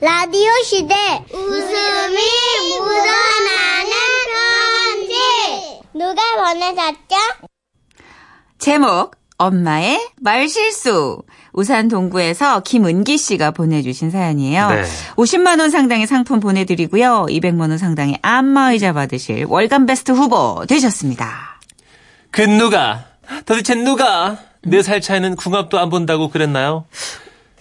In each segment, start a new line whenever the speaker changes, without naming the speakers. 라디오 시대 웃음이 묻어나는 편지 누가 보내셨죠?
제목 엄마의 말실수 우산 동구에서 김은기 씨가 보내주신 사연이에요.
네.
50만 원 상당의 상품 보내드리고요. 200만 원 상당의 안마의자 받으실 월간 베스트 후보 되셨습니다.
그 누가 도대체 누가 네 살 차이는 궁합도 안 본다고 그랬나요? 어,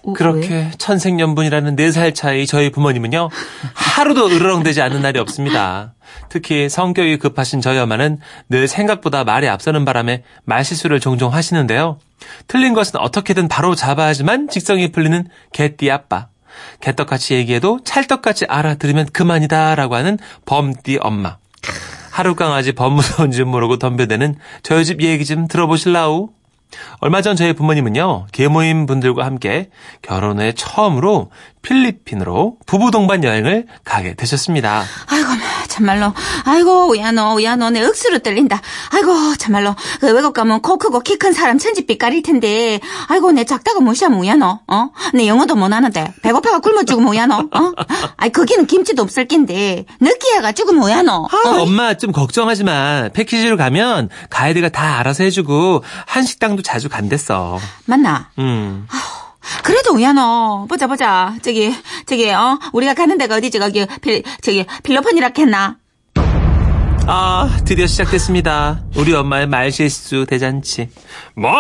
오, 어, 왜?
그렇게 천생연분이라는 네 살 차이 저희 부모님은요 하루도 으르렁대지 않는 날이 없습니다. 특히 성격이 급하신 저희 엄마는 늘 생각보다 말이 앞서는 바람에 말실수를 종종 하시는데요. 틀린 것은 어떻게든 바로 잡아야지만 직성이 풀리는 개띠 아빠. 개떡같이 얘기해도 찰떡같이 알아들으면 그만이다라고 하는 범띠 엄마. 하루 강아지 법무서운 줄 모르고 덤벼대는 저희 집 얘기 좀 들어보실라우? 얼마 전 저희 부모님은요, 계모임 분들과 함께 결혼 후에 처음으로 필리핀으로 부부 동반 여행을 가게 되셨습니다.
아이고 엄마, 참말로 아이고 야너 야너 내 억수로 떨린다. 아이고 참말로 그 외국 가면 코 크고 키 큰 사람 천지빛 가릴 텐데 아이고 내 작다고 무시하면 야너 어? 내 영어도 못하는데 배고파가 굶어 죽으면 야너 어? 아이 거기는 김치도 없을 낀데 느끼해가 죽으면 야너
아, 엄마 좀 걱정하지 마. 패키지로 가면 가이드가 다 알아서 해주고 한식당도 자주 간댔어.
맞나?
음.
그래도 야너 보자 보자 저기 저기 어 우리가 가는 데가 어디지 거기 필 저기 필로폰이라 했나?
아, 드디어 시작됐습니다. 우리 엄마의 말실수 대잔치. 뭐?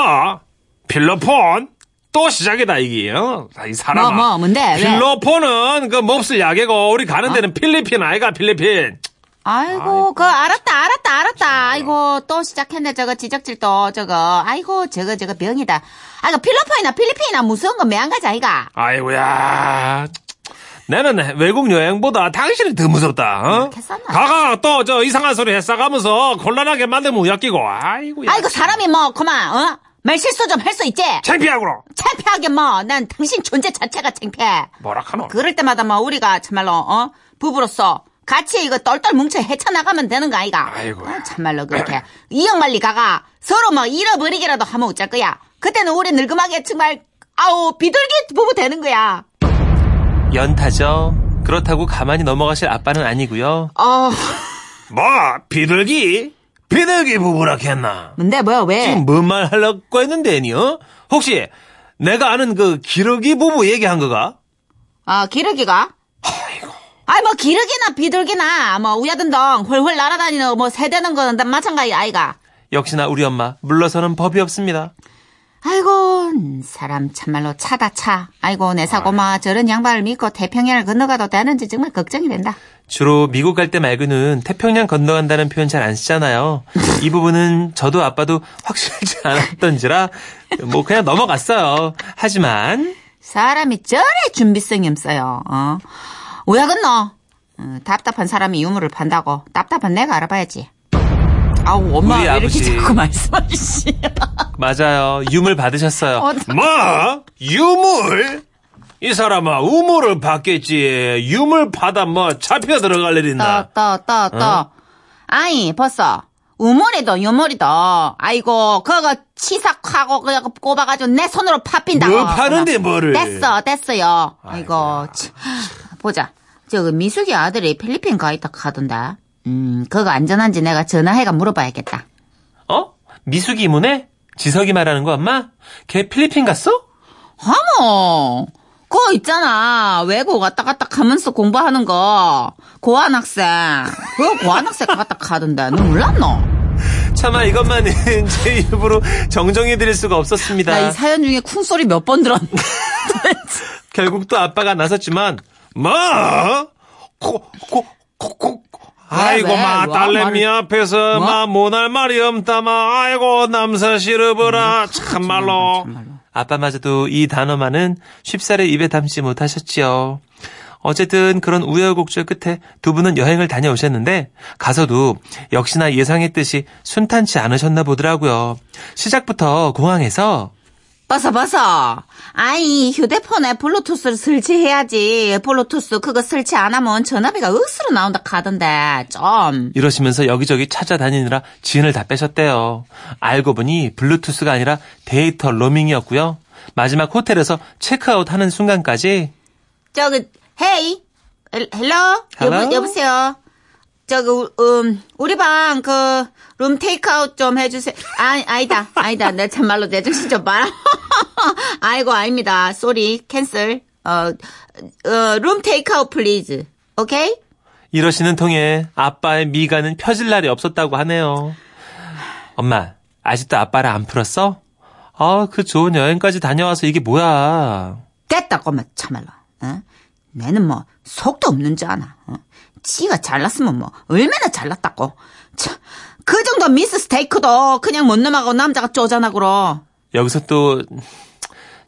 필로폰? 또 시작이다, 이게. 요 이, 사람아.
뭐, 뭐, 뭔데? 왜?
필로폰은 그 몹쓸 약이고, 우리 가는 데는 필리핀 아이가, 필리핀.
아이고, 그 알았다 알았다 알았다 아이고 또 시작했네 저거 지적질도 저거 아이고 저거 저거 병이다 아이고 필로폰이나 필리핀이나 무서운 거 매한 가지 아이가
아이고야. 나는 외국 여행보다 당신이 더 무섭다, 어?
개싸나.
가가 또 저 이상한 소리 했어가면서 곤란하게 만들면 우야끼고, 아이고야.
아이고 사람이 뭐 그만 어? 말 실수 좀 할 수 있지
창피하구로.
창피하게 뭐 난 당신 존재 자체가 창피해
뭐라 카노?
그럴 때마다 뭐 우리가 참말로 어 부부로서 같이 이거 똘똘 뭉쳐 헤쳐나가면 되는 거 아이가
아이고.
아, 참말로 그렇게 이억말리 가가 서로 뭐 잃어버리기라도 하면 어쩔 거야 그때는 우리 늙음하게 정말 아우 비둘기 부부 되는 거야
연타죠. 그렇다고 가만히 넘어가실 아빠는 아니고요.
어
뭐 비둘기 비둘기 부부라 뭐 했나
뭔데 뭐야 왜
지금 음, 뭔 말 하려고 했는데 니요 어? 혹시 내가 아는 그 기러기 부부 얘기한 거가
아, 기러기가 아이뭐 기러기나 비둘기나 뭐 우야든덩 훨훨 날아다니는 뭐 새되는 거는 다 마찬가지 아이가
역시나 우리 엄마 물러서는 법이 없습니다
아이고 음, 사람 참말로 차다 차 아이고 내 사고마 저런 양반을 믿고 태평양을 건너가도 되는지 정말 걱정이 된다
주로 미국 갈 때 말고는 태평양 건너간다는 표현 잘 안 쓰잖아요 이 부분은 저도 아빠도 확실치 않았던지라 뭐 그냥 넘어갔어요 하지만
사람이 저래 준비성이 없어요 어 우야 건너 어, 답답한 사람이 유물을 판다고 답답한 내가 알아봐야지 아우 엄마
우리
왜 이렇게
아버지.
자꾸 말씀하시지
맞아요 유물 받으셨어요
어,
뭐? 유물? 이 사람아 우물을 받겠지 유물 파다 뭐 잡혀 들어갈 일 있나
또또또 또, 아이 벌써 우물이도 유물이도 아이고 그거 치삭하고 그거 꼽아가지고 내 손으로 팝빈다고
뭘 파는데 뭐를
됐어 됐어요 아이고 치. 보자 저기 미숙이 아들이 필리핀 가 있다 하던데 음 그거 안전한지 내가 전화해가 물어봐야겠다
어? 미숙이 이모네? 지석이 말하는 거 엄마? 걔 필리핀 갔어?
어머 그거 있잖아 외국 왔다 갔다 가면서 공부하는 거 고아학생 그거 고아학생 갔다 가던데 너 몰랐노?
차마 이것만은 제 입으로 정정해 드릴 수가
나 이
없었습니다
사연 중에 쿵소리 몇 번 들었는데.
결국 또 아빠가 나섰지만 뭐? 고, 고, 고, 고. 아이고
왜?
마
와,
딸내미
말을- 뭐?
앞에서 마 못할 말이 없다마 아이고 남사 시르브라
어.
참말로 아빠마저도 이 단어만은 쉽사리 입에 담지 못하셨지요. 어쨌든 그런 우여곡절 끝에 두 분은 여행을 다녀오셨는데 가서도 역시나 예상했듯이 순탄치 않으셨나 보더라고요. 시작부터 공항에서
벗어, 벗어. 아이, 휴대폰에 블루투스를 설치해야지. 블루투스 그거 설치 안 하면 전화비가 억수로 나온다 카던데. 좀.
이러시면서 여기저기 찾아다니느라 지인을 다 빼셨대요. 알고 보니 블루투스가 아니라 데이터 로밍이었고요. 마지막 호텔에서 체크아웃 하는 순간까지
저기, 헤이. 헬- 헬로?
Hello?
여보, 여보세요? 저기, 우- 음, 우리 방, 그, 룸 테이크아웃 좀 해주세요. 아, 아니다. 아니다. 내 참말로 내 정신 좀 봐라. 아이고, 아닙니다. 쏘리. 캔슬. 어, 어, 룸 테이크아웃 플리즈. 오케이?
이러시는 통에 아빠의 미간은 펴질 날이 없었다고 하네요. 엄마, 아직도 아빠를 안 풀었어? 아, 그 좋은 여행까지 다녀와서 이게 뭐야.
됐다, 꼬마, 참말로. 어? 내는 뭐, 속도 없는 줄 아나. 어? 지가 잘났으면 뭐, 얼마나 잘났다고. 참, 그 정도 미스 스테이크도 그냥 못 넘어가고 남자가 쪼잖아, 그러.
여기서 또,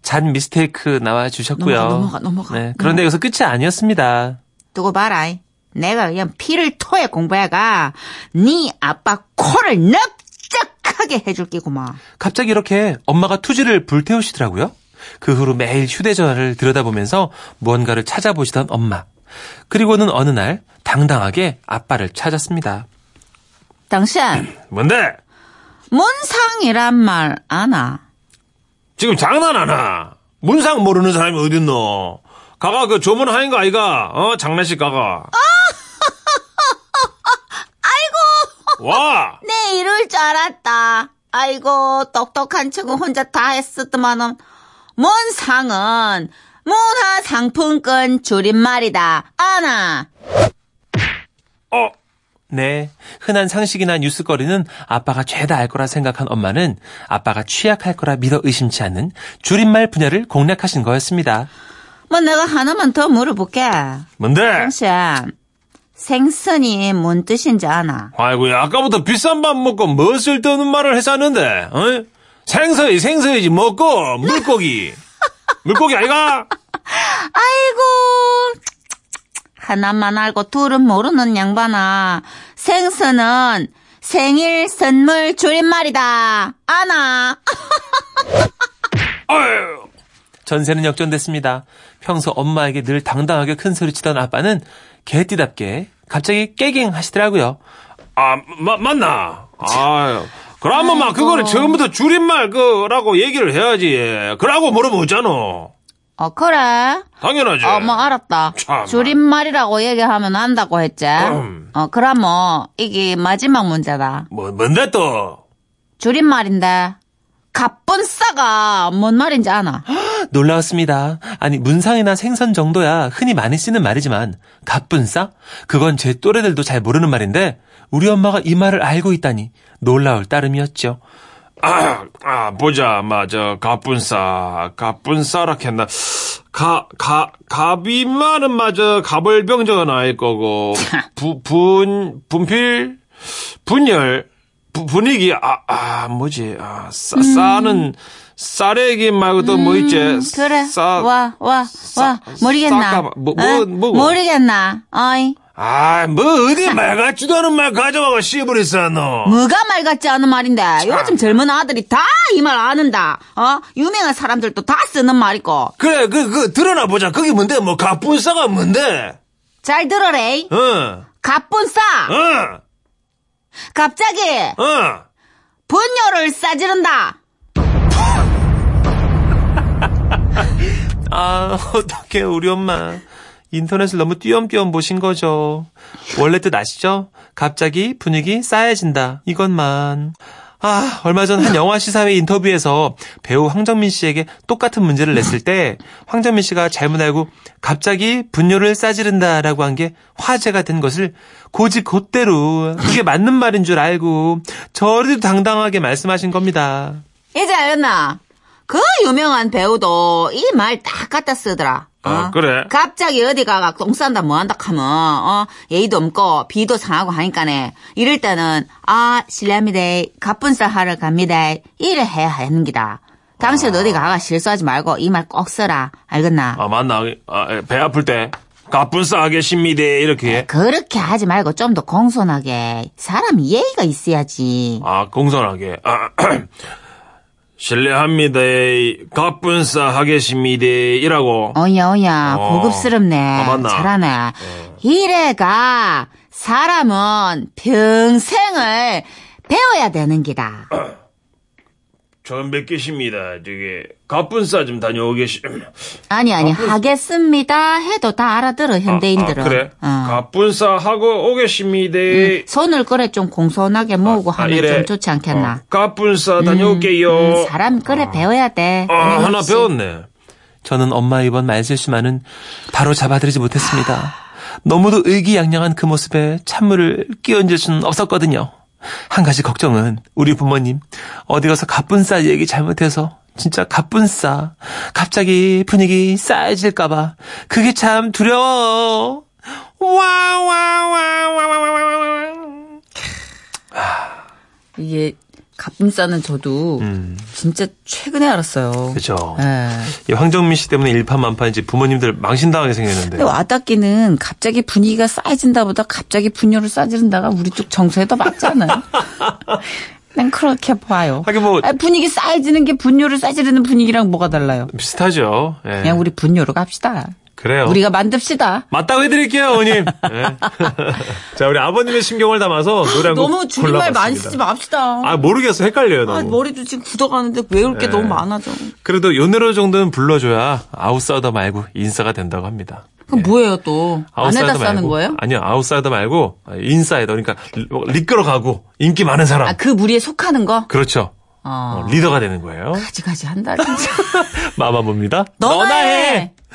잔 미스테이크 나와주셨고요.
넘어가, 넘어가, 넘어가.
네, 그런데 여기서 끝이 아니었습니다.
두고 봐라. 이. 내가 그냥 피를 토해 공부해가 네 아빠 코를 넓적하게 해줄게구만.
갑자기 이렇게 엄마가 투지를 불태우시더라고요. 그 후로 매일 휴대전화를 들여다보면서 무언가를 찾아보시던 엄마. 그리고는 어느 날 당당하게 아빠를 찾았습니다.
당신
뭔데?
문상이란 말 아나?
지금 장난하나? 문상 모르는 사람이 어딨노? 가가 그 조문하인 거 아이가? 어? 장례식 가가. 아이고! 와!
내 네, 이럴 줄 알았다. 아이고 똑똑한 친구 혼자 다 했었더만은 문상은 문화상품권 줄임말이다. 아나?
어! 네. 흔한 상식이나 뉴스거리는 아빠가 죄다 알 거라 생각한 엄마는 아빠가 취약할 거라 믿어 의심치 않는 줄임말 분야를 공략하신 거였습니다.
뭐 내가 하나만 더 물어볼게.
뭔데?
당신 생선이 뭔 뜻인지 아나?
아이고야, 아까부터 비싼 밥 먹고 뭐 쓸데없는 말을 했었는데, 어? 생서이, 생서이지, 먹고, 물고기. 물고기 아이가?
아이고 하나만 알고 둘은 모르는 양반아 생선은 생일 선물 줄임말이다 아나
전세는 역전됐습니다. 평소 엄마에게 늘 당당하게 큰 소리 치던 아빠는 개띠답게 갑자기 깨갱 하시더라고요.
아, 마, 맞나? 아유. 그럼 엄마, 그거를 처음부터 줄임말, 그라고 얘기를 해야지. 예. 그라고 물어보잖아.
어 그래
당연하지.
어 뭐 알았다
예. 참아.
줄임말이라고 얘기하면 안다고 했지
음.
어 그럼 뭐 이게 마지막 문제다
뭐, 뭔데 또?
줄임말인데 갑분싸가 뭔 말인지 아나
놀라웠습니다. 아니 문상이나 생선 정도야 흔히 많이 쓰는 말이지만 갑분싸? 그건 제 또래들도 잘 모르는 말인데 우리 엄마가 이 말을 알고 있다니 놀라울 따름이었죠.
아, 아, 보자. 마, 저, 갑분싸. 갑분싸라 했나? 가, 가, 갑이만은 마저 가벌병자가 나일 거고. 부, 분, 분필? 분열? 부- 분위기? 아, 아, 뭐지? 아,
음.
싸, 싸는, 싸래기 말고 또 뭐 있지?
그래
싸,
와 와 와
싸-
모르겠나
싸까봐. 뭐- 뭐-
응?
뭐고?
모르겠나 어이
아, 뭐, 어디 말 같지도 않은 말 가져와가 씨부리 싸노.
뭐가 말 같지 않은 말인데 요즘 젊은 아들이 다 이 말 아는다 어 유명한 사람들도 다 쓰는 말이고
그래, 그, 그, 드러나 보자. 그게 뭔데? 뭐, 갑분싸가 뭔데?
잘 들어래
응,
갑분싸
응,
갑자기
응.
분뇨를 싸지른다
아 어떡해 우리 엄마 인터넷을 너무 띄엄띄엄 보신 거죠. 원래 뜻 아시죠? 갑자기 분위기 싸해진다 이것만. 아, 얼마 전 한 영화 시사회 인터뷰에서 배우 황정민 씨에게 똑같은 문제를 냈을 때 황정민 씨가 잘못 알고 갑자기 분뇨를 싸지른다라고 한 게 화제가 된 것을 고지 곧대로 그게 맞는 말인 줄 알고 저리도 당당하게 말씀하신 겁니다.
이제 알겠나 그 유명한 배우도 이 말 딱 갖다 쓰더라 어?
아, 그래?
갑자기 어디 가가 똥 싼다 뭐 한다 하면 어 예의도 없고 비도 상하고 하니까네 이럴 때는 아 실례합니다 갑분싸 하러 갑니다 이래 해야 하는 기다 당신 어디 가가 실수하지 말고 이 말 꼭 써라 알겠나
아, 맞나? 아, 배 아플 때. 갑분싸 하겠습니다. 이렇게.
그렇게 하지 말고 좀 더 공손하게 사람 예의가 있어야지
아, 공손하게. 아, 실례합니다. 갑분싸 하겠습니다. 이라고.
어야 어야
어.
고급스럽네
아, 맞나? 어.
잘하네 이래가 사람은 평생을 배워야 되는 기다
처음 뵙겠습니다. 저기 가뿐싸 좀 다녀오겠시.
아니 아니 하겠습니다 해도 다 알아들어 현대인들은.
아, 그래?
어.
가뿐싸 하고 오겠습니다.
손을 그래 좀 공손하게 모으고
아,
하면
이래.
좀 좋지 않겠나.
어, 가뿐싸 다녀올게요.
음, 사람 그래 배워야 돼.
아,
그래,
하나
역시.
배웠네.
저는 엄마 이번 말실수만은 바로 잡아들이지 못했습니다. 너무도 의기양양한 그 모습에 찬물을 끼얹을 수는 없었거든요. 한 가지 걱정은 우리 부모님 어디 가서 가뿐싸 얘기 잘못해서 진짜 가뿐싸 갑자기 분위기 싸해질까봐 그게 참 두려워. 와와와와와와와
이게 갑분싸는 저도
음.
진짜 최근에 알았어요.
그죠.
예.
이 황정민 씨 때문에 일파만파인지 부모님들 망신당하게 생겼는데.
근데 와닿기는 갑자기 분위기가 싸해진다 보다 갑자기 분열을 싸지른다가 우리 쪽 정서에 더 맞잖아요. 난 그렇게 봐요.
하긴 뭐-
아, 분위기 싸해지는 게 분열을 싸지르는 분위기랑 뭐가 달라요?
비슷하죠. 예.
그냥 우리 분열로 갑시다.
네. 그래요.
우리가 만듭시다.
맞다고 해드릴게요, 어머님. 예. 자, 우리 아버님의 심경을 담아서 노래 한곡
너무 줄임말 많이 쓰지 맙시다.
아, 모르겠어. 헷갈려요, 너무.
아, 머리도 지금 굳어가는데 외울
네.
게 너무 많아져.
그래도 요 노래 정도는 불러줘야 아웃사이더 말고 인싸가 된다고 합니다.
그럼 뭐예요 또?
아웃사이더
네. 안에다 싸는
말고.
거예요?
아니요, 아웃사이더 말고 인사이더. 그러니까 리- 리끌어가고 인기 많은 사람.
아, 그 무리에 속하는 거?
그렇죠.
아.
어, 리더가 되는 거예요.
가지가지 한다 진짜.
마마봅니다.
너나 해.